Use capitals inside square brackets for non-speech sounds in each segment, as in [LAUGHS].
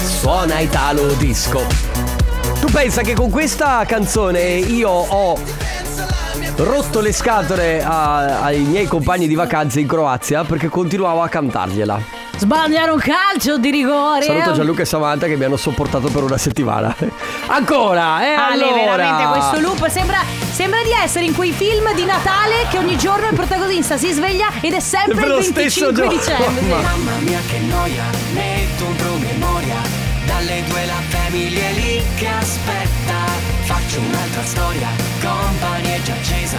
Suona Italo Disco. Tu pensa che con questa canzone io ho rotto le scatole a- ai miei compagni di vacanze in Croazia perché continuavo a cantargliela. Sbagliano un calcio di rigore. eh, Saluto Gianluca e Samantha che mi hanno sopportato per una settimana. [LAUGHS] Ancora, eh? Ale, allora. veramente questo loop sembra, sembra di essere in quei film di Natale che ogni giorno il protagonista si sveglia ed è sempre Sempre lo il stesso 25 giorno. dicembre. Mamma mia che noia, metto un promemoria Dalle due la famiglia è lì che aspetta Faccio un'altra storia, compagnie già accesa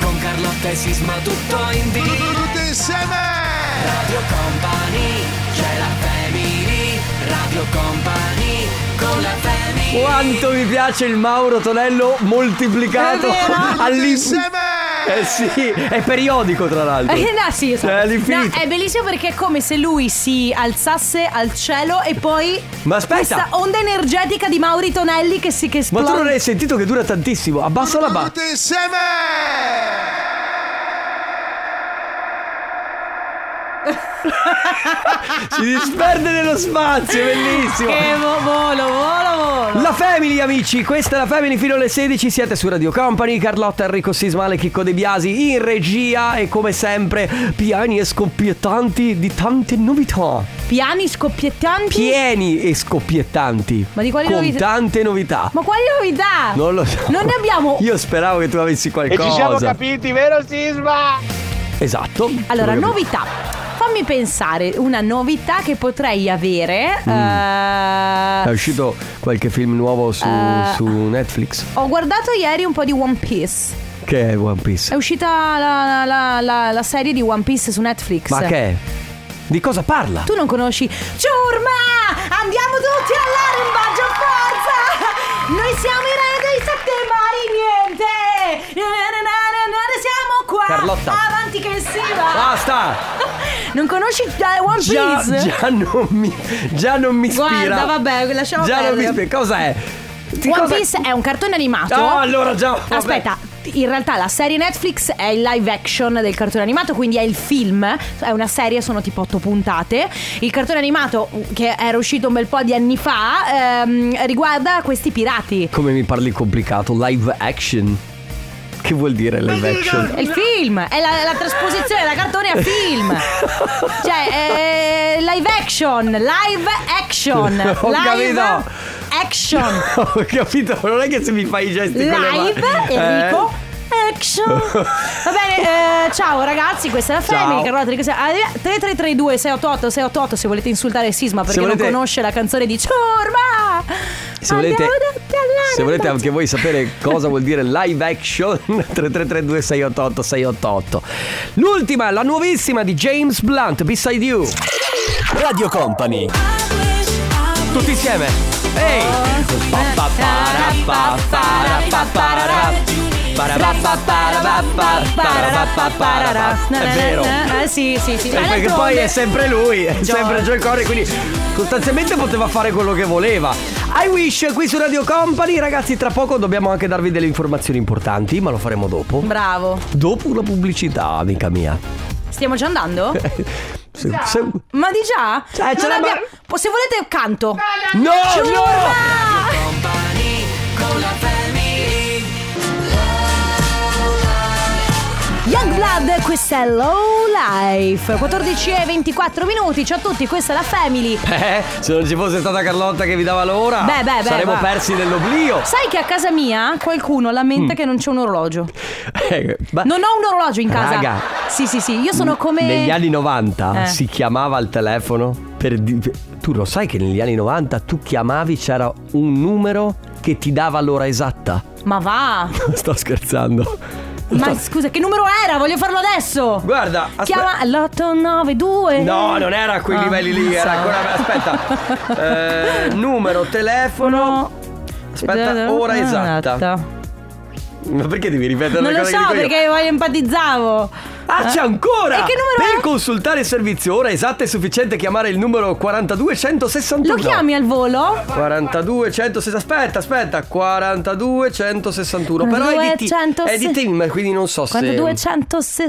Con Carlotta e Sisma tutto in diretta Tutti insieme! Radio Company, c'è la family Radio Company, con la family Quanto mi piace il Mauro Tonello moltiplicato È vero? all'infinito. Insieme! Eh sì, è periodico tra [LAUGHS] l'altro. Eh, no, sì, esatto. È all'infinito. No, è bellissimo perché è come se lui si alzasse al cielo e poi. Ma aspetta. Questa onda energetica di Mauri Tonelli che si che Ma esplode. tu non hai sentito che dura tantissimo. Abbassa la ba. Tutti insieme! Si disperde nello spazio, bellissimo. Che vo- volo, volo, volo. La Family amici, questa è la Family fino alle 16, siete su Radio Company, Carlotta, Enrico Sismale, Chicco De Biasi in regia e come sempre piani e scoppiettanti di tante novità. Piani scoppiettanti. Pieni e scoppiettanti. Ma di quali Con novità? tante novità. Ma quali novità? Non lo so. Non ne abbiamo. Io speravo che tu avessi qualcosa. capiti, vero Sisma? Esatto. Allora, Abbiamo capito. novità. Fammi pensare, una novità che potrei avere. Mm. eh, È uscito qualche film nuovo su, Eh. su Netflix. ho guardato ieri un po' di One Piece. Che è One È Piece. uscita la, la- la- la serie di One Piece su Netflix. Ma che è? Di cosa parla? Tu non conosci. Ciurma! Andiamo tutti all'arembaggio, forza! Noi siamo i re dei sette mari, niente! Na, na, na, na, na, na, siamo qua! Carlotta. Avanti che si va! Basta! Non conosci eh, One Piece? Già, già non mi, già non mi ispira. Guarda, vabbè, lasciamo Già non mi perdere. ispira. Cosa è? Di One cosa- Piece è un cartone animato. No, allora già. vabbè. Aspetta, in realtà la serie Netflix è il live action del cartone animato, quindi è il film, è una serie, sono tipo otto puntate. Il cartone animato, mm, che era uscito un bel po' di anni fa, ehm, riguarda questi pirati. Come mi parli complicato? Live action? Che vuol dire live action? È il film, è la, la trasposizione da cartone a film. Cioè, eh, live action, live action, [LAUGHS] live Ho capito. action, [LAUGHS] Ho capito, non è che se mi fai i gesti con le mani- Eh, live, Enrico. Action. Va bene, eh, ciao ragazzi, questa è la Ciao. Family, Carlotta Enrico Sisma. Ah, 3332 688 688 se volete insultare Sisma perché volete- non conosce la canzone di Ciorma. Se volete, Andiamo tutti alla se volete ragazza. anche voi sapere cosa vuol dire live action [LAUGHS] 3332 688 688 L'ultima, la nuovissima di James Blunt, Beside You Radio Company Tutti insieme Ehi È vero Eh, sì, sì, sì. Ma perché poi d'altronde- è sempre lui, è sempre Joe Corey, quindi sostanzialmente poteva fare quello che voleva. I wish qui su Radio Company, ragazzi, tra poco dobbiamo anche darvi delle informazioni importanti, ma lo faremo dopo. Bravo. Dopo la pubblicità, amica mia. Stiamo già andando? Se- se- no, Ma di già? Cioè, ce Non la- abbia- Po- Se volete canto. no! Ah! Company, con la family Young Blood, questa è Low Life. 14 e 24 minuti. Ciao a tutti, questa è la Family. Eh, se non ci fosse stata Carlotta che vi dava l'ora, Beh, beh, beh, saremmo va. persi nell'oblio. Sai che a casa mia qualcuno Mm. lamenta che non c'è un orologio. Eh, ma- Non ho un orologio in casa. Raga. Sì, sì, sì. Io sono come. Negli anni 90 Eh. si chiamava al telefono per di- per- Tu lo sai che negli anni 90 tu chiamavi c'era un numero che ti dava l'ora esatta? [LAUGHS] Ma va. Sto scherzando. Ma scusa, che numero era? Voglio farlo adesso. Guarda, aspe- Chiama l'892. No, non era a quei Ah, livelli lì, era ancora aspetta. [LAUGHS] Eh, numero, telefono. Aspetta, ora esatta. Ma perché devi ripetere Non le lo cose che so dico io? perché voglio empatizzavo. Ah, c'è ancora! E che numero per è? consultare il servizio ora esatto è sufficiente chiamare il numero 42161. Lo chiami al volo? 42 160 aspetta aspetta 42 161 però è di, 42, 160. è di team quindi non so se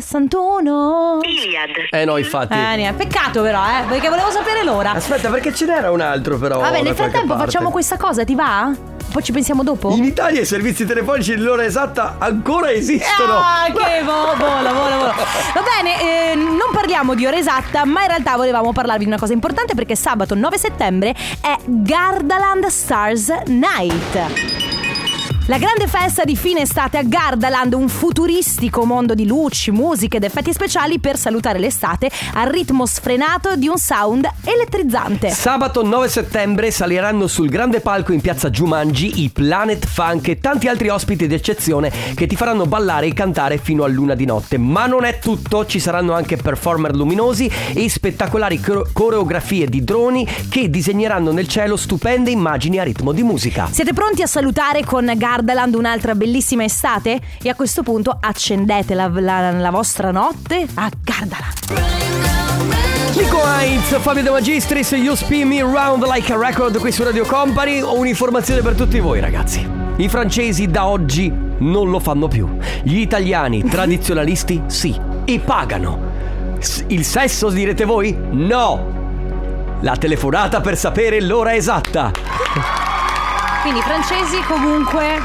4261 eh no infatti Eh, niente, peccato però, eh, perché volevo sapere l'ora. aspetta perché ce n'era un altro però da Vabbè, nel qualche frattempo parte. facciamo questa cosa, ti va? Poi ci pensiamo dopo? in Italia i servizi telefonici l'ora esatta ancora esistono Ah, che vo- volo, volo, volo. Va bene, eh, non parliamo di ora esatta, ma in realtà volevamo parlarvi di una cosa importante perché sabato 9 settembre è Gardaland Stars Night. La grande festa di fine estate a Gardaland, un futuristico mondo di luci, musiche ed effetti speciali per salutare l'estate al ritmo sfrenato di un sound elettrizzante. Sabato 9 settembre saliranno sul grande palco in piazza Giumangi i Planet Funk e tanti altri ospiti d'eccezione che ti faranno ballare e cantare fino a luna di notte. Ma non è tutto, ci saranno anche performer luminosi e spettacolari coro- coreografie di droni che disegneranno nel cielo stupende immagini a ritmo di musica. Siete pronti a salutare con Gardaland un'altra bellissima estate? E a questo punto accendete la, la- la vostra notte a Gardaland. Nico Heinz, Fabio De Magistris, You Spin Me Round Like a Record qui su Radio Company. Ho un'informazione per tutti voi, ragazzi. I francesi da oggi non lo fanno più. Gli [LAUGHS] italiani tradizionalisti sì. E pagano. S- il sesso direte voi? No! La telefonata per sapere l'ora esatta. Quindi i francesi comunque...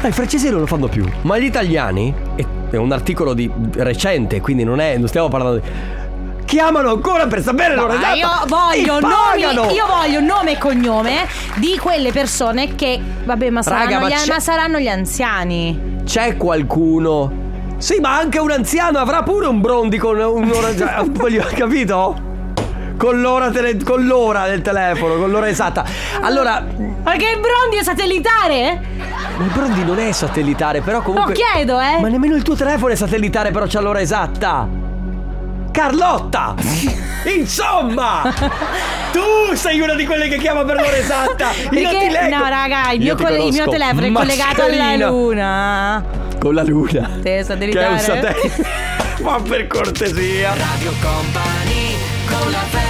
Ah, I francesi non lo fanno più. Ma gli italiani, e- è un articolo di recente, quindi non, è, non stiamo parlando di... Chiamano ancora per sapere l'ora esatta. Ah, io E voglio, pagano! nomi, io voglio nome e cognome di quelle persone che... Vabbè, ma saranno, Raga, ma gli, an- c'è- ma saranno gli anziani. c'è qualcuno. Sì, ma anche un anziano avrà pure un brondi con un'ora. [LAUGHS] cioè, [LAUGHS] voglio, capito? Con l'ora, tele- con l'ora del telefono, con l'ora esatta. Allora, il Perché il brondi è satellitare? brondi non è satellitare, però comunque. Lo chiedo, eh. Ma nemmeno il tuo telefono è satellitare, però c'ha l'ora esatta. [LAUGHS] Carlotta! Insomma! Tu sei una di quelle che chiama per l'ora esatta! Io ti Perché... leggo. No, raga, il Io mio, ti coll- il mio conosco. telefono è collegato alla Mascherina. luna. Con la luna. Te, satellitare. Che è un satellite. [LAUGHS] Ma per cortesia. Radio Company con la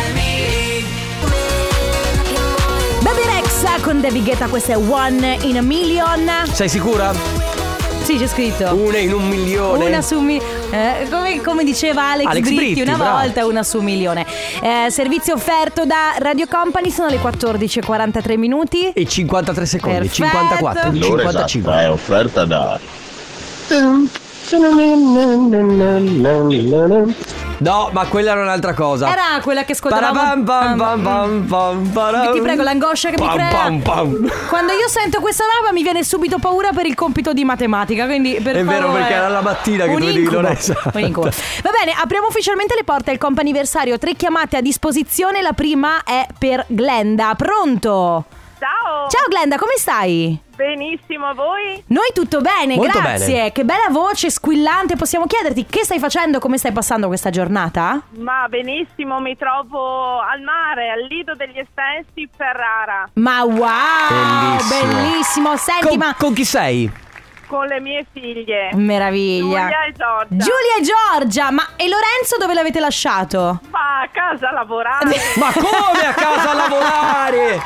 Baby Rex con David Guetta, questa è One in a Million. Sei sicura? Sì, c'è scritto. Una in un milione. Una su mi- eh, come, come diceva Alex, Alex Britti, Britti, una bravo. volta una su milione. Eh, servizio offerto da Radio Company sono le 14.43 minuti. E 53 secondi, Perfetto. 54, L'ora 55. esatta è esatto, offerta da eh. No, ma quella era un'altra cosa. Era quella che Parabam, ascoltavamo pam, pam, pam, pam, param. Ti prego, l'angoscia che mi Pam, crea. pam, pam. Quando io sento questa roba mi viene subito paura per il compito di matematica, quindi per È vero, favore. perché era la mattina che Un tu dicevi incubo, l'ora esatta. un incubo. Va bene, apriamo ufficialmente le porte al comp'anniversario. Tre chiamate a disposizione, la prima è per Glenda. Pronto? Ciao! Ciao Glenda, come stai? Benissimo, a voi? Noi tutto bene, Molto grazie. bene. Che bella voce squillante. Possiamo chiederti che stai facendo, come stai passando questa giornata? Ma benissimo, mi trovo al mare, al Lido degli Estensi, Ferrara, Ma wow! Bellissimo. bellissimo. Senti, Con, ma con chi sei? con le mie figlie. meraviglia. Giulia e Giorgia. Giulia e Giorgia, ma e Lorenzo dove l'avete lasciato? Va a casa a lavorare. Ma come a casa a lavorare?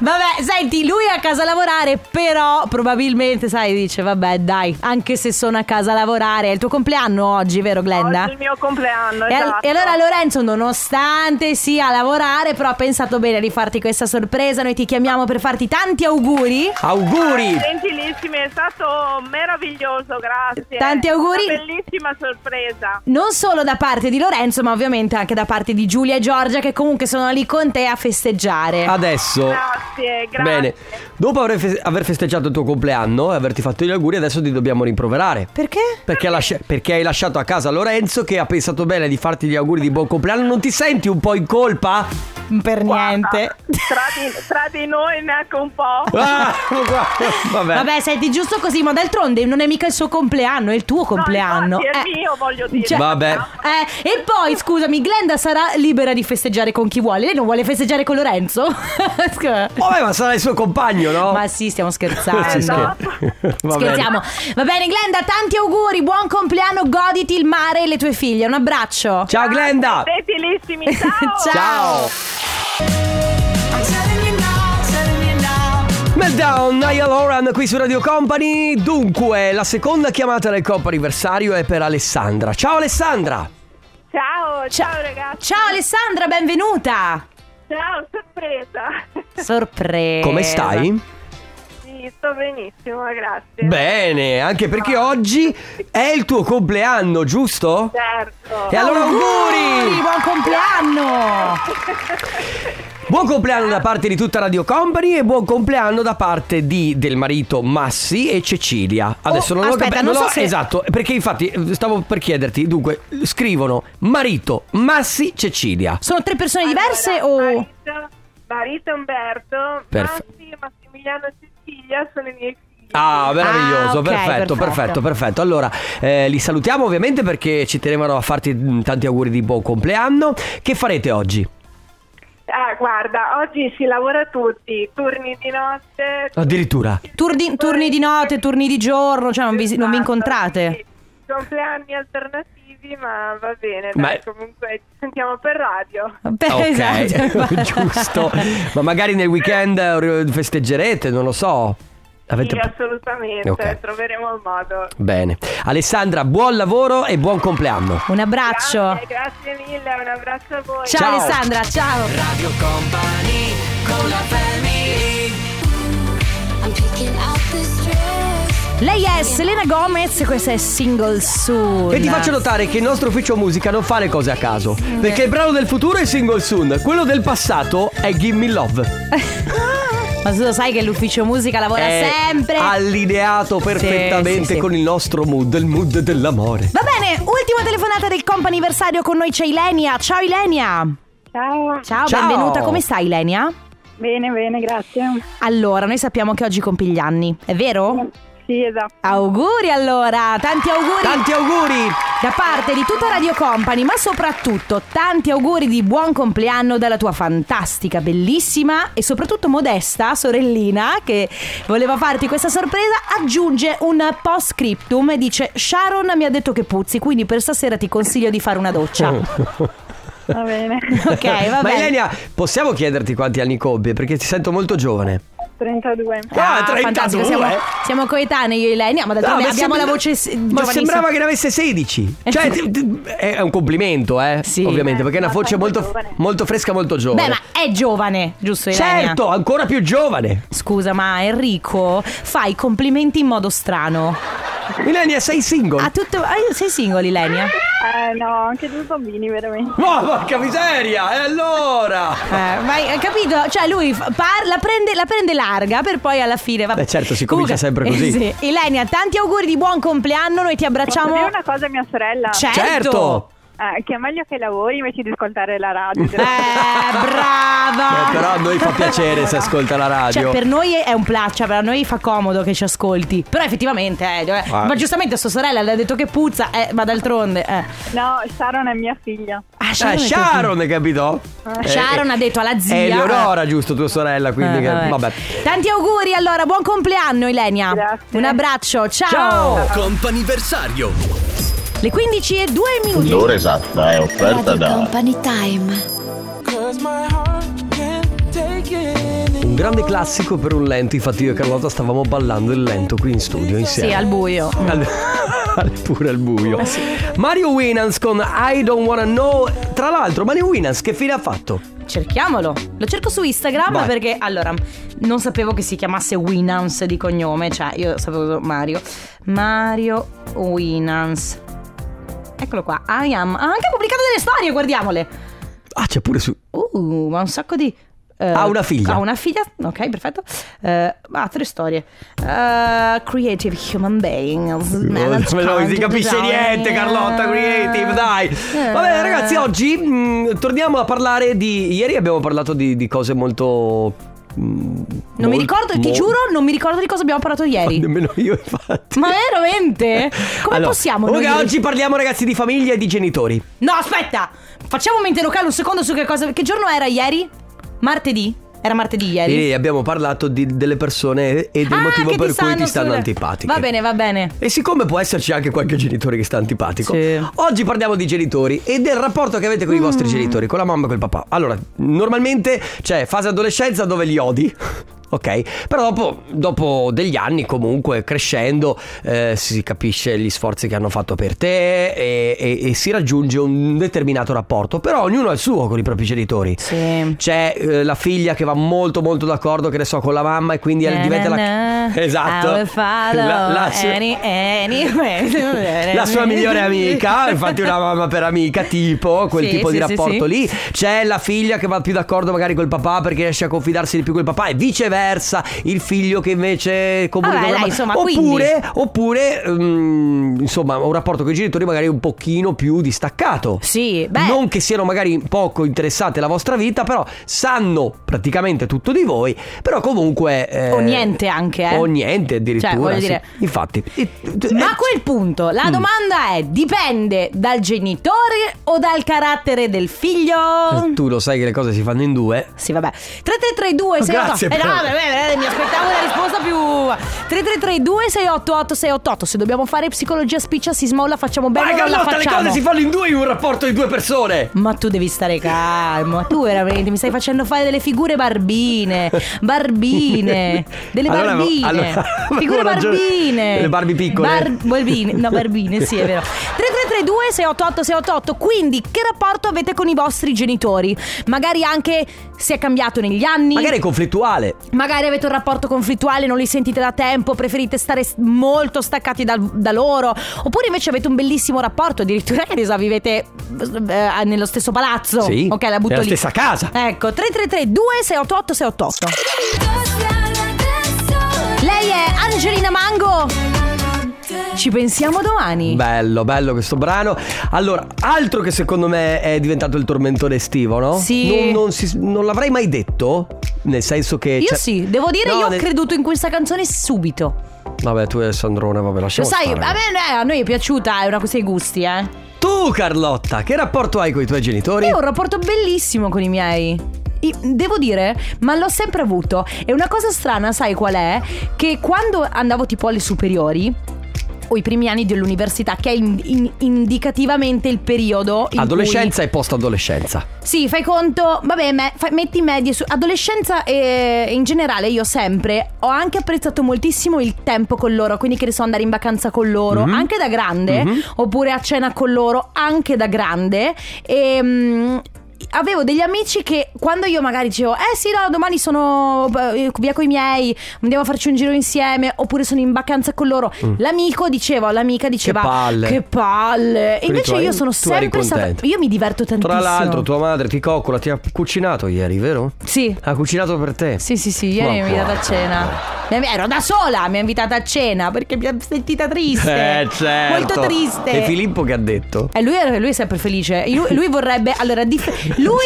Vabbè, senti, lui è a casa a lavorare, però probabilmente, sai, dice, vabbè, dai, anche se sono a casa a lavorare, è il tuo compleanno oggi, vero Glenda? Oggi è il mio compleanno, E, al- esatto. e allora Lorenzo, nonostante sia a lavorare, però ha pensato bene di farti questa sorpresa, noi ti chiamiamo per farti tanti auguri. Auguri! Gentilissimi, è stato meraviglioso, grazie. Tanti auguri. Una bellissima sorpresa. Non solo da parte di Lorenzo, ma ovviamente anche da parte di Giulia e Giorgia, che comunque sono lì con te a festeggiare. Adesso. Oh. Grazie, grazie. Bene, dopo aver, fes- aver festeggiato il tuo compleanno e averti fatto gli auguri, adesso ti dobbiamo rimproverare. Perché? Perché, ha lascia- perché hai lasciato a casa Lorenzo che ha pensato bene di farti gli auguri di buon compleanno. Non ti senti un po' in colpa? per Guarda, niente. Tra di, tra di noi neanche un po'. Ah, vabbè. Vabbè, senti, giusto così, ma d'altronde non è mica il suo compleanno, è il tuo compleanno. infatti, è Eh, il mio, voglio dire. Vabbè. eh, e poi, scusami, Glenda sarà libera di festeggiare con chi vuole. Lei non vuole festeggiare con Lorenzo? [LAUGHS] Vabbè, ma sarà il suo compagno, no? Ma sì, stiamo scherzando. Sì, sì. Eh, no. Va bene. Scherziamo. Va bene, Glenda, tanti auguri, buon compleanno, goditi il mare e le tue figlie. Un abbraccio. Ciao Glenda. Gentilissimi, ciao. Ciao. Meltdown, Niall Horan qui su Radio Company. Dunque, la seconda chiamata del Coppa anniversario è per Alessandra. Ciao Alessandra! Ciao, ciao ragazzi. Ciao Alessandra, benvenuta. Ciao, sorpresa. [LAUGHS] Sorpresa. Come stai? Sì, sto benissimo, grazie. Bene, anche perché oggi è il tuo compleanno, giusto? Certo. E allora Auguri, auguri! buon compleanno. Buon compleanno da parte di tutta Radio Company e buon compleanno da parte di, del marito Massi e Cecilia. Adesso Oh, non l'ho aspetta, capito. non l'ho- so se- Esatto, perché infatti stavo per chiederti, dunque, scrivono marito Massi Cecilia. Sono tre persone Allora, diverse o Marito, Marito Umberto, Perf- Massi, Massimiliano e Cecilia sono i miei figli. Ah, meraviglioso, Ah, ok, perfetto, perfetto, perfetto, perfetto. Allora, eh, li salutiamo ovviamente perché ci tenevano a farti mm, tanti auguri di buon compleanno. Che farete oggi? Ah, guarda, oggi si lavora tutti, turni di notte. [LAUGHS] Addirittura. Oh, turni, turni di notte, turni di giorno, cioè non vi, non vi Esatto, incontrate? sì. Compleanni alternativi, ma va bene, Ma- dai, comunque ci sentiamo per radio. [LAUGHS] Beh, esatto. ok, [LAUGHS] giusto. Ma magari nel weekend eh, festeggerete, non lo so. Avete- Sì, assolutamente, Ok. troveremo il modo. Bene. Alessandra, buon lavoro e buon compleanno. Un abbraccio. Grazie, grazie mille, un abbraccio a voi. Ciao, Ciao. Alessandra, ciao. Lei è Selena Gomez, questa è Single Soon. E ti faccio notare che il nostro ufficio musica non fa le cose a caso. Perché il brano del futuro è single soon, quello del passato è Gimme Love. [LAUGHS] Ma tu lo sai che l'ufficio musica lavora è sempre. allineato perfettamente sì, sì. con il nostro mood, il mood dell'amore. Va bene, ultima telefonata del comp anniversario con noi c'è Ilenia. Ciao Ilenia. Ciao, Ciao, Ciao. benvenuta. Come stai Ilenia? bene, bene, grazie. Allora, noi sappiamo che oggi compi gli anni, è vero? Sì, esatto. Auguri allora, tanti auguri Tanti auguri! da parte di tutta Radio Company, ma soprattutto tanti auguri di buon compleanno dalla tua fantastica, bellissima e soprattutto modesta sorellina che voleva farti questa sorpresa. Aggiunge un post-scriptum e dice Sharon mi ha detto che puzzi, quindi per stasera ti consiglio di fare una doccia. [LAUGHS] Va bene. ok, va Ma bene. Elenia, possiamo chiederti quanti anni compie? Perché ti sento molto giovane. 32. Ah, 32, fantastico, siamo, eh. siamo coetanei io e Ilenia, ma d'altronde No, ma abbiamo sembra- la voce s- Ma giovanissima. Eh sembrava che ne avesse 16. Cioè, ti- ti- è un complimento, eh? Sì. Ovviamente, perché è una ma voce sei molto, giovane. molto fresca, molto giovane. Beh, ma è giovane, giusto Ilenia? certo, ancora più giovane. Scusa, ma Enrico fa i complimenti in modo strano. Elenia, sei single. A tutto. ah, Sei single, Ilenia? Eh, no, anche due bambini, veramente. Ma porca miseria! E allora? Eh, vai, hai capito? Cioè, lui fa- par- la, prende, la prende larga per poi alla fine. Vabbè. Beh, certo, si comincia sempre così. [LAUGHS] sì. Ilenia, tanti auguri di buon compleanno. Noi ti Posso abbracciamo. dire una cosa a mia sorella? Certo. Eh, che è meglio che lavori invece di ascoltare la radio. Eh, brava. Eh, però a noi fa piacere se ascolta la radio. Eh, Ah. Cioè, per noi è un pla- cioè, per noi fa comodo che ci ascolti. Però effettivamente, eh, eh, Ah. ma giustamente sua sorella le ha detto che puzza, eh, ma d'altronde. Eh. No, Sharon è mia figlia. Ah, Eh, è tuo figlio. Sharon, capito? Eh, Sharon eh, ha detto alla zia. È Eleonora, giusto, tua sorella, quindi Eh, che- vabbè. vabbè. Tanti auguri allora, buon compleanno Ilenia. Grazie. Un abbraccio, ciao. Comp'anniversario. Le 15 e 2 minuti. L'ora esatta è offerta da Un grande classico per un lento, infatti io e Carlotta stavamo ballando il lento qui in studio insieme. Sì, al buio. Al- [LAUGHS] al- pure al Eh buio. Mario Winans con I Don't Wanna Know. Tra l'altro, Mario Winans che fine ha fatto? Cerchiamolo. Lo cerco su Instagram Vai. perché allora non sapevo che si chiamasse Winans di cognome, cioè io sapevo solo Mario. Mario Winans. Eccolo qua. I am. Ha anche pubblicato delle storie, guardiamole. Ah, c'è pure su. Uh, ma un sacco di eh, Ha una figlia. Ha una figlia, ok, perfetto. Eh, ah, tre storie. Eh, creative Human Beings. managed [LAUGHS] Ma no, non si content capisce design. niente, Carlotta Creative, dai. Eh. Vabbè, ragazzi, oggi mh, torniamo a parlare di. Ieri abbiamo parlato di, di cose molto. mm, Non mi ricordo, ti giuro, [LAUGHS] non mi ricordo di cosa abbiamo parlato ieri. Nemmeno io, infatti. [LAUGHS] Ma veramente? Come Allora, possiamo? comunque noi- oggi parliamo, ragazzi, di famiglia e di genitori. No, aspetta! Facciamo mente locale un secondo su che cosa. Che giorno era ieri? Martedì? Era martedì ieri? Ieri abbiamo parlato di- delle persone e del Ah, motivo che per cui ti sul- stanno antipatiche. Va bene, va bene. E siccome può esserci anche qualche genitore che sta antipatico, Sì. Mm. oggi parliamo di genitori e del rapporto che avete con i vostri genitori, con la mamma e col papà. Allora, normalmente c'è fase adolescenza dove li odi. [LAUGHS] Ok, però dopo, dopo degli anni comunque crescendo eh, si capisce gli sforzi che hanno fatto per te e, e- e si raggiunge un determinato rapporto, però ognuno ha il suo con i propri genitori. Sì. C'è eh, la figlia che va molto molto d'accordo, che ne so, con la mamma e quindi Na, diventa na, la... na. [LAUGHS] Esatto. I will follow sua- any- Eh, [LAUGHS] any- la sua [LAUGHS] migliore amica, infatti una mamma per amica, tipo, quel Sì, tipo di sì, sì, rapporto sì. lì. C'è la figlia che va più d'accordo magari col papà perché riesce a confidarsi di più col papà e viceversa il figlio che invece comunica con la Vabbè, dai, mamma. insomma, oppure, oppure mm, insomma, un rapporto con i genitori magari un pochino più distaccato. Sì, beh. Non che siano magari poco interessate alla vostra vita, però sanno praticamente tutto di voi, però comunque... eh, O niente anche, eh. O niente addirittura. Cioè, voglio sì. dire- Infatti... Ma eh, a quel punto Mm. la domanda è: dipende dal genitore o dal carattere del figlio? Tu lo sai che le cose si fanno in due. Sì, vabbè. 3332 Ah, Grazie, 688. Eh, no, però. vabbè, eh, mi aspettavo una risposta più 3332 688 688. Se dobbiamo fare psicologia spiccia sismola facciamo bene Ma o non la Carlotta, le facciamo? cose si fanno in due in un rapporto di due persone. Ma tu devi stare calmo, tu veramente mi stai facendo fare delle figure barbine, barbine, delle Allora, barbine, allora, [LAUGHS] figure avevo ragione. barbine. Delle Barbie piccole. barbine, no barbine, sì è vero. 3332 688 688, quindi che rapporto avete con i vostri genitori? Magari anche se è cambiato negli anni. Magari è conflittuale. Magari avete un rapporto conflittuale, non li sentite da tempo, preferite stare s- molto staccati dal- da, loro. Oppure invece avete un bellissimo rapporto, addirittura che ne so, vivete eh, nello stesso palazzo. Sì. Ok, la butto Nella lì. stessa casa. Ecco, 333 2688 688. Lei è Angelina Mango. Ci pensiamo domani. Bello, bello questo brano. Allora, altro che secondo me è diventato il tormentone estivo, no? Sì. Non, non si- non l'avrei mai detto. Nel senso che. Io cioè- sì, devo dire, No, io ho nel- creduto in questa canzone subito. Vabbè, tu e Sandrone, vabbè, Lo lasciamo sai, stare. a, me, eh, a noi è piaciuta, è una questione di gusti, eh. Tu, Carlotta, che rapporto hai con i tuoi genitori? Io ho un rapporto bellissimo con i miei. I- Devo dire, ma l'ho sempre avuto. E una cosa strana, sai qual è? Che quando andavo tipo alle superiori o i primi anni dell'università, che è in- in- indicativamente il periodo in Adolescenza e post-adolescenza. cui- sì, fai conto, vabbè, me- fai- metti medie su adolescenza e in generale io sempre ho anche apprezzato moltissimo il tempo con loro, quindi che ne so andare in vacanza con loro, Mhm. anche da grande, eh? Mhm. oppure a cena con loro anche da grande e mm, Avevo degli amici che quando io magari dicevo Eh sì no domani sono eh, via con i miei Andiamo a farci un giro insieme Oppure sono in vacanza con loro L'amico diceva L'amica diceva Mm. palle. Che palle E Quindi invece tu hai- io sono tu eri sempre stata contenta. Io mi diverto tantissimo Tra l'altro, tua madre ti coccola, ti ha cucinato ieri, vero? Sì Ha cucinato per te. sì, sì, sì, ieri Ma mi ha invitata a guarda. cena. Mi- Ero da sola, mi ha invitata a cena perché mi ha sentita triste. Eh, certo. Molto triste. E Filippo che ha detto? Eh, lui, è, lui è sempre felice. Lui, lui vorrebbe. Allora, dif- lui,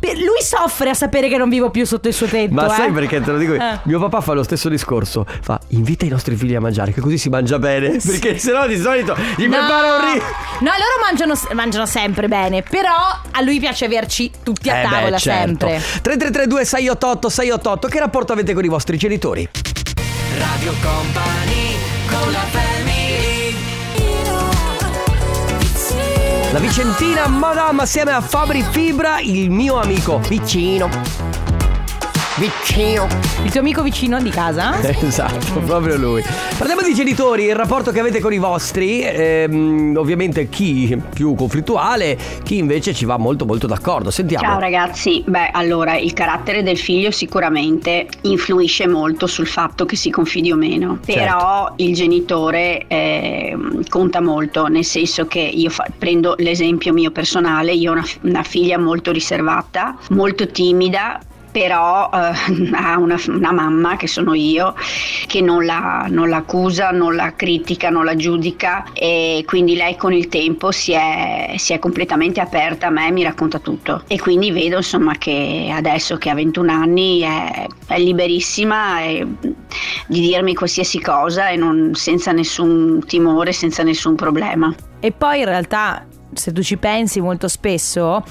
per- lui soffre a sapere che non vivo più sotto il suo tetto. Ma eh. sai perché te lo dico? io? Eh. Mio papà fa lo stesso discorso. Fa invita i nostri figli a mangiare, che così si mangia bene. Perché sennò di solito gli prepara un riso. No, loro mangiano, mangiano sempre bene. Però a lui piace averci tutti a Eh beh, tavola certo. sempre. 3332 688 688 Che rapporto avete con i vostri genitori? Radio Company con la family La Vicentina Madame assieme a Fabri Fibra Il mio amico vicino Vicino Il tuo amico vicino di casa? [LAUGHS] Esatto, proprio lui. Parliamo di genitori, il rapporto che avete con i vostri, ehm, ovviamente chi più conflittuale, chi invece ci va molto molto d'accordo. Sentiamo. Ciao ragazzi, beh allora il carattere del figlio sicuramente influisce molto sul fatto che si confidi o meno, però il genitore eh, conta molto, nel senso che io fa- prendo l'esempio mio personale, io ho una, una figlia molto riservata, molto timida. però eh, [LAUGHS] ha una, una mamma, che sono io, che non la, non la accusa, non la critica, non la giudica e quindi lei con il tempo si è, si è completamente aperta a me, mi racconta tutto e quindi vedo insomma che adesso che ha 21 anni è, è liberissima e- di dirmi qualsiasi cosa e non- senza nessun timore, senza nessun problema. E poi in realtà, se tu ci pensi molto spesso,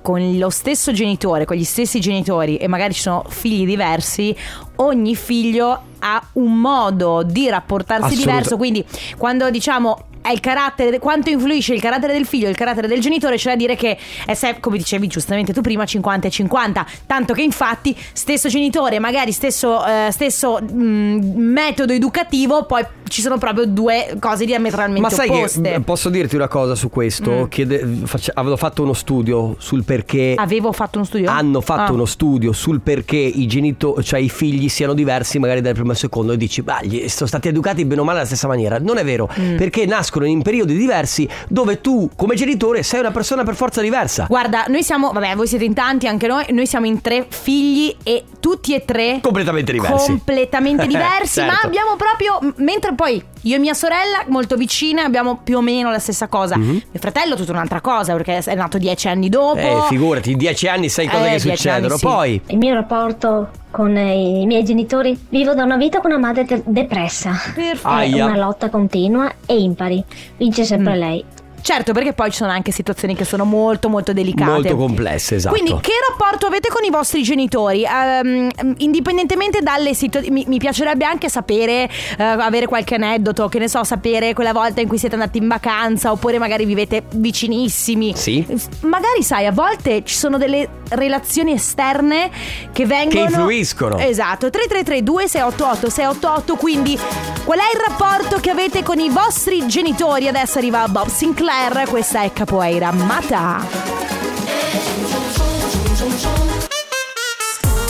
con lo stesso genitore, con gli stessi genitori e magari ci sono figli diversi, ogni figlio ha un modo di rapportarsi Assoluta- diverso, quindi quando diciamo è il carattere, quanto influisce il carattere del figlio e il carattere del genitore, c'è da dire che è sempre, come dicevi giustamente tu prima, 50 e 50, tanto che infatti stesso genitore, magari stesso, eh, stesso mh, metodo educativo, poi ci sono proprio due cose diametralmente Ma sai opposte. che mh, posso dirti una cosa su questo? Mm. Che de- face- avevo fatto uno studio sul perché Avevo fatto uno studio? hanno fatto Ah. uno studio sul perché i genitori, cioè i figli siano diversi magari dal primo al secondo e dici, ma gli- sono stati educati bene o male alla stessa maniera. Non è vero, Mm. perché nascono in periodi diversi dove tu come genitore sei una persona per forza diversa. Guarda, noi siamo, vabbè, voi siete in tanti, anche noi, noi siamo in tre figli e tutti e tre Completamente diversi. [LAUGHS] completamente diversi, ma Certo. abbiamo proprio m- mentre poi io e mia sorella molto vicine abbiamo più o meno la stessa cosa. Mio fratello tutta un'altra cosa perché è nato dieci anni dopo. Mhm. Eh, figurati, in dieci anni sai cose Eh, che dieci succedono. anni sì. Poi, Il mio rapporto con eh, i miei genitori vivo da una vita con una madre de- depressa. Perfetto. È Aia. una lotta continua e impari. Vince sempre Mm. lei. Certo, perché poi ci sono anche situazioni che sono molto molto delicate. molto complesse, esatto. Quindi che rapporto avete con i vostri genitori? Ehm, indipendentemente dalle situazioni, mi, mi piacerebbe anche sapere, eh, avere qualche aneddoto, che ne so, sapere quella volta in cui siete andati in vacanza oppure magari vivete vicinissimi. Sì. F- Magari sai, a volte ci sono delle relazioni esterne che vengono... influiscono. Esatto, 3332 688 688, quindi qual è il rapporto che avete con i vostri genitori? Adesso arriva Bob Sinclair, questa è Capoeira Mata.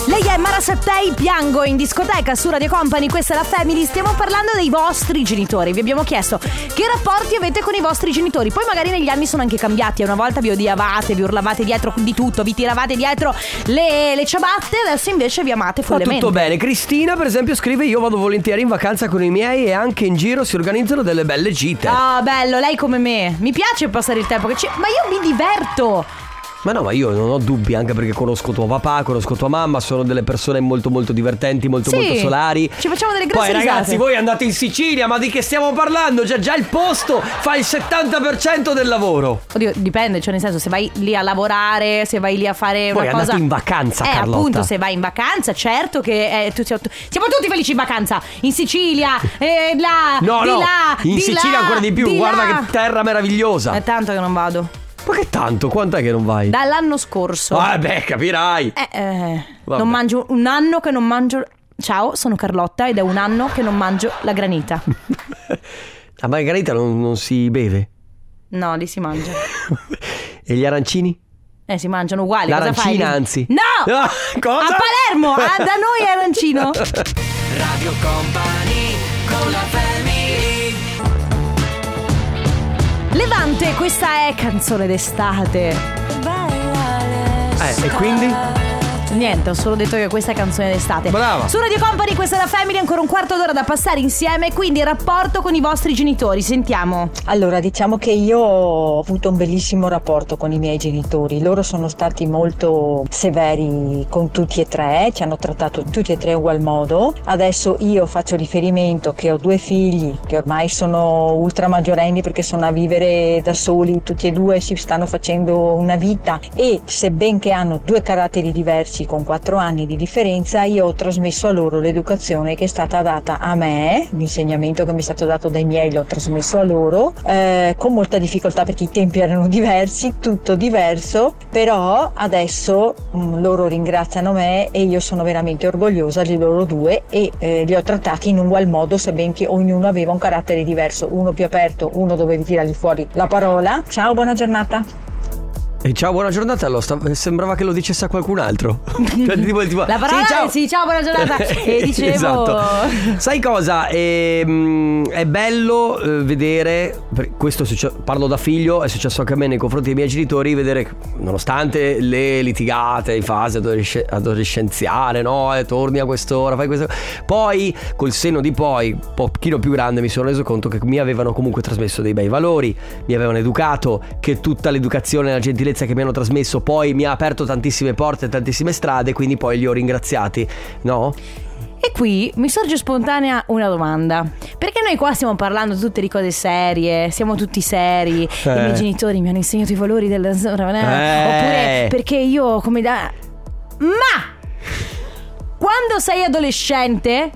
Lei è Mara Sattei, piango in discoteca su Radio Company, questa è la Family, stiamo parlando dei vostri genitori, vi abbiamo chiesto che rapporti avete con i vostri genitori, poi magari negli anni sono anche cambiati, una volta vi odiavate, vi urlavate dietro di tutto, vi tiravate dietro le, le ciabatte, adesso invece vi amate Va follemente. tutto bene. Cristina, per esempio, scrive: Io vado volentieri in vacanza con i miei e anche in giro si organizzano delle belle gite. Ah, bello, lei come me. Mi piace passare il tempo che ci- Ma io mi diverto. Ma no, ma io non ho dubbi, anche perché conosco tuo papà, conosco tua mamma, sono delle persone molto molto divertenti, molto Sì. molto solari. Ci facciamo delle Poi grosse risate. ragazzi, voi andate in Sicilia, ma di che stiamo parlando? Già, già il posto fa il 70% del lavoro. Oddio, dipende, cioè nel senso se vai lì a lavorare, se vai lì a fare Voi una andate cosa in vacanza, Eh, Carlotta. appunto, se vai in vacanza, certo che eh, tu- siamo tu- siamo tutti felici in vacanza, in Sicilia, eh, là, No, di no, là, in di Sicilia là, ancora di più, guarda là. Eh. che terra meravigliosa. È tanto che non vado. Ma che tanto, quant'è che non vai? Dall'anno scorso. Vabbè, capirai. Eh, eh, Ah. Vabbè. non mangio un anno che non mangio Ciao, sono Carlotta ed è un anno che non mangio la granita. La margarita non, non si beve? No, lì si mangia. e gli arancini? Eh, si mangiano uguali. cosa fai? L'arancina, anzi. No! Ah, cosa? A Palermo, [LAUGHS] a- da noi è arancino. Radio Company con la family Levante, questa è canzone d'estate. Eh, e quindi? Niente, ho solo detto che questa è canzone d'estate. Brava. Su Radio Company, questa è la Family, ancora un quarto d'ora da passare insieme, quindi il rapporto con i vostri genitori, sentiamo. Allora, diciamo che io ho avuto un bellissimo rapporto con i miei genitori. Loro sono stati molto severi con tutti e tre, ci hanno trattato tutti e tre in ugual modo. Adesso io faccio riferimento che ho due figli che ormai sono ultra maggiorenni perché sono a vivere da soli, tutti e due si stanno facendo una vita e sebben che hanno due caratteri diversi con quattro anni di differenza, io ho trasmesso a loro l'educazione che è stata data a me, l'insegnamento che mi è stato dato dai miei l'ho trasmesso a loro, eh, con molta difficoltà perché i tempi erano [LAUGHS] diversi, tutto diverso, però adesso mm, loro ringraziano me e io sono veramente orgogliosa di loro due e eh, li ho trattati in un ugual modo, sebbene che ognuno aveva un carattere diverso, uno più aperto, uno dovevi tirargli fuori la parola. Ciao, buona giornata. E ciao, buona giornata. Lo sta- sembrava che lo dicesse a qualcun [LAUGHS] altro. Cioè, tipo- tipo, La parola sì, ciao. è sì, ciao, buona giornata. [LAUGHS] E dicevo... Esatto. Sai cosa? Ehm, è bello eh, vedere, per- questo è succe- parlo da figlio, è successo anche a me nei confronti dei miei genitori, vedere, che, nonostante le litigate in fase adolesce- adolescenziale, no? Eh, torni a quest'ora, fai questo. Poi, col senno di poi, un pochino più grande, mi sono reso conto che mi avevano comunque trasmesso dei bei valori, mi avevano educato, che tutta l'educazione e la gentilezza che mi hanno trasmesso poi mi ha aperto tantissime porte, tantissime strade, quindi poi li ho ringraziati, no? E qui mi sorge spontanea una domanda. Perché noi qua stiamo parlando tutte di cose serie, siamo tutti seri, Eh. i miei genitori mi hanno insegnato i valori della zona, Eh. oppure perché io come da... Ma! Quando sei adolescente,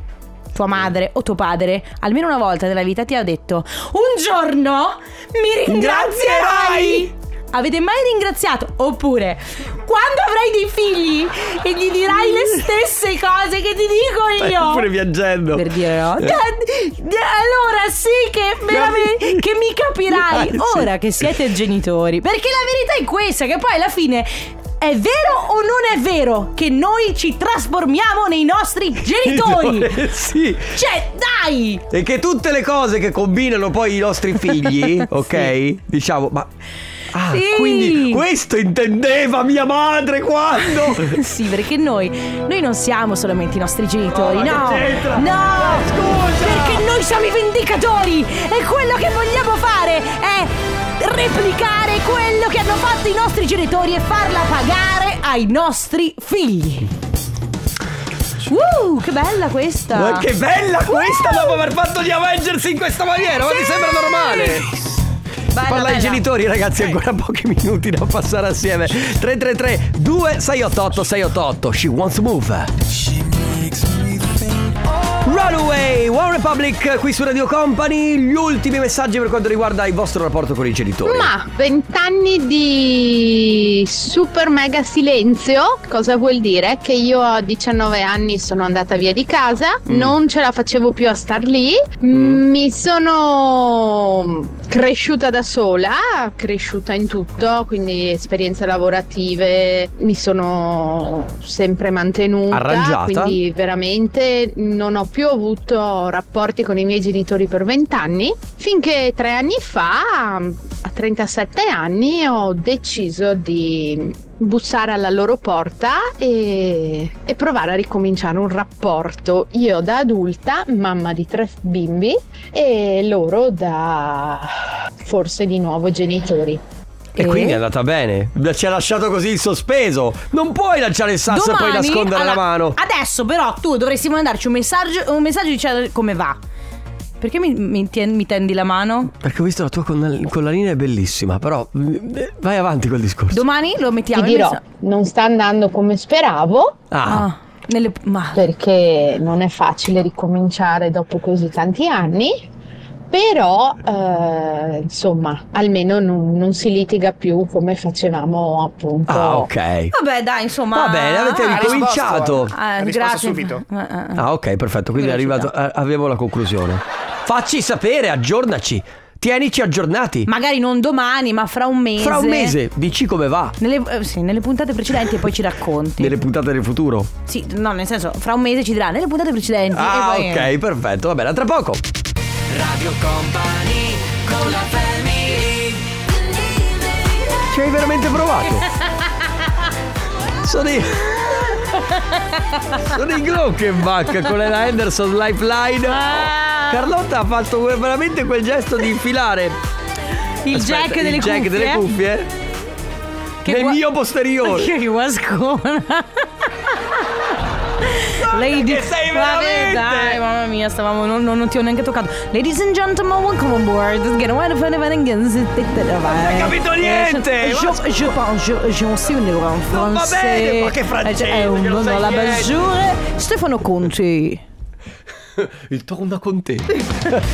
tua madre o tuo padre, almeno una volta nella vita ti ha detto, un giorno mi ringrazierai! Avete mai ringraziato? Oppure, quando avrai dei figli e gli dirai le stesse cose che ti dico io? Oppure viaggiando. Per dire no. Eh. Dad, d- allora sì che, veramente- che mi Ah, capirai sì. ora che siete genitori. Perché la verità è questa, che poi alla fine... È vero o non è vero che noi ci trasformiamo nei nostri genitori? [LAUGHS] sì. Cioè, dai! E che tutte le cose che combinano poi i nostri figli, ok? Diciamo, ma. Ah, Sì. quindi questo intendeva mia madre quando. [LAUGHS] sì, perché noi, noi non siamo solamente i nostri genitori, no! No! Perché noi siamo i vendicatori! E quello che vogliamo fare è replicare quello che hanno fatto i nostri genitori e farla pagare ai nostri figli. Uh, che bella questa! Ma Eh, che bella questa Uh! dopo aver fatto gli Avengers in questa maniera! Ma mi Sì. sembra normale! Bella, Parla ai bella. Eh. genitori, ragazzi, ancora pochi minuti da passare assieme. 333 2688 688 She wants to move. Runaway, One Republic qui su Radio Company. Gli ultimi messaggi per quanto riguarda il vostro rapporto con i genitori. Ma 20 anni di super mega silenzio, cosa vuol dire? Che io a 19 anni sono andata via di casa, Mm. non ce la facevo più a star lì, mi sono cresciuta da sola, cresciuta in tutto, quindi esperienze lavorative, mi sono sempre mantenuta, Arrangiata. quindi veramente non ho più avuto rapporti con i miei genitori per vent'anni, finché tre anni fa, a 37 anni, ho deciso di bussare alla loro porta e, e provare a ricominciare un rapporto. Io da adulta, mamma di tre bimbi, e loro da forse di nuovo genitori. E quindi è andata bene. Ci ha lasciato così in sospeso. Non puoi lanciare il sasso e poi Domani- nascondere la allora, mano. Adesso, però, tu dovresti mandarci un messaggio, un messaggio dicendo come va. Perché mi, mi tien- mi tendi la mano? Perché ho visto la tua conna- collanina è bellissima, però mm, eh, vai avanti col discorso. Domani lo mettiamo Ti in dirò, messa- non sta andando come speravo. Ah. nelle- ma- Perché non è facile ricominciare dopo così tanti anni, però eh, insomma, almeno non, non si litiga più come facevamo appunto. Ah, ok. Vabbè, dai, insomma. Va bene, avete Ah, ricominciato. Ah, Ha risposto grazie. subito. Ah, ah, ah. Ah, ok, perfetto. Quindi è Velocità. arrivato. a- Avevo la conclusione. Facci sapere, aggiornaci. Tienici aggiornati. Magari non domani, ma fra un mese. Fra un mese, dici come va. Nelle, eh, sì, nelle puntate precedenti e poi ci racconti. Nelle puntate del futuro. Sì, no, nel senso, fra un mese ci dirà nelle puntate precedenti. Ah, e poi... Eh, ok, perfetto. Va bene, a tra poco. Radio Company con la family Ci hai veramente provato. Sono i. Sono in Glockenbach con la Henderson Lifeline. Carlotta ha fatto que- veramente quel gesto di infilare Il Aspetta, jack delle il jack cuffie. eh, delle cuffie eh? nel gua- mio posteriore. [LAUGHS] Che guascona. Lady... sei Vabbè, veramente- dai, mamma mia, stavamo, non, non- non ti ho neanche toccato. Ladies and gentlemen, welcome on board. Let's get away from the wedding and sit Non hai capito niente, Je, ma- je pense, je, je aussi une grande Non va française. bene, ma che francese, È un che non sai eh, oh, la niente. maggiore. Stefano [LAUGHS] Conti. Il torna con te. Va bene,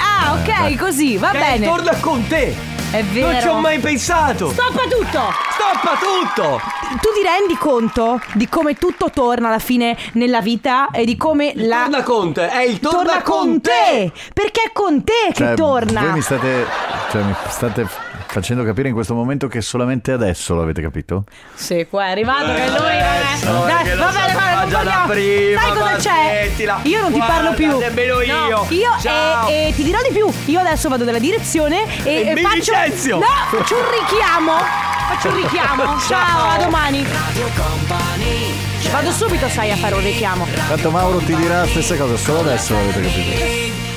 ah, ok, così, va Che bene. torna con te. È vero. Non ci ho mai pensato. Stoppa tutto! Stoppa tutto! Tu ti rendi conto di come tutto torna alla fine nella vita e di come la. torna con te, è il torna con, te. Perché è con te che Cioè, torna! Voi mi state. Cioè, mi state facendo capire in questo momento che solamente adesso l'avete capito? Sì, qua è arrivato che lui non è. Eh, no, Dai, che lo va bene, sapeva va non già da vogliamo. prima, Sai cosa ma c'è? smettila. Io non ti Guarda, parlo più. nemmeno No, io. Ciao. e, e ti dirò di più. Io adesso vado dalla direzione e, E e mi faccio. licenzio. No, faccio un richiamo. Faccio un [LAUGHS] richiamo. Ciao, a domani. Vado subito, sai, a fare un richiamo. Tanto Mauro ti dirà la stessa cosa, solo adesso l'avete capito.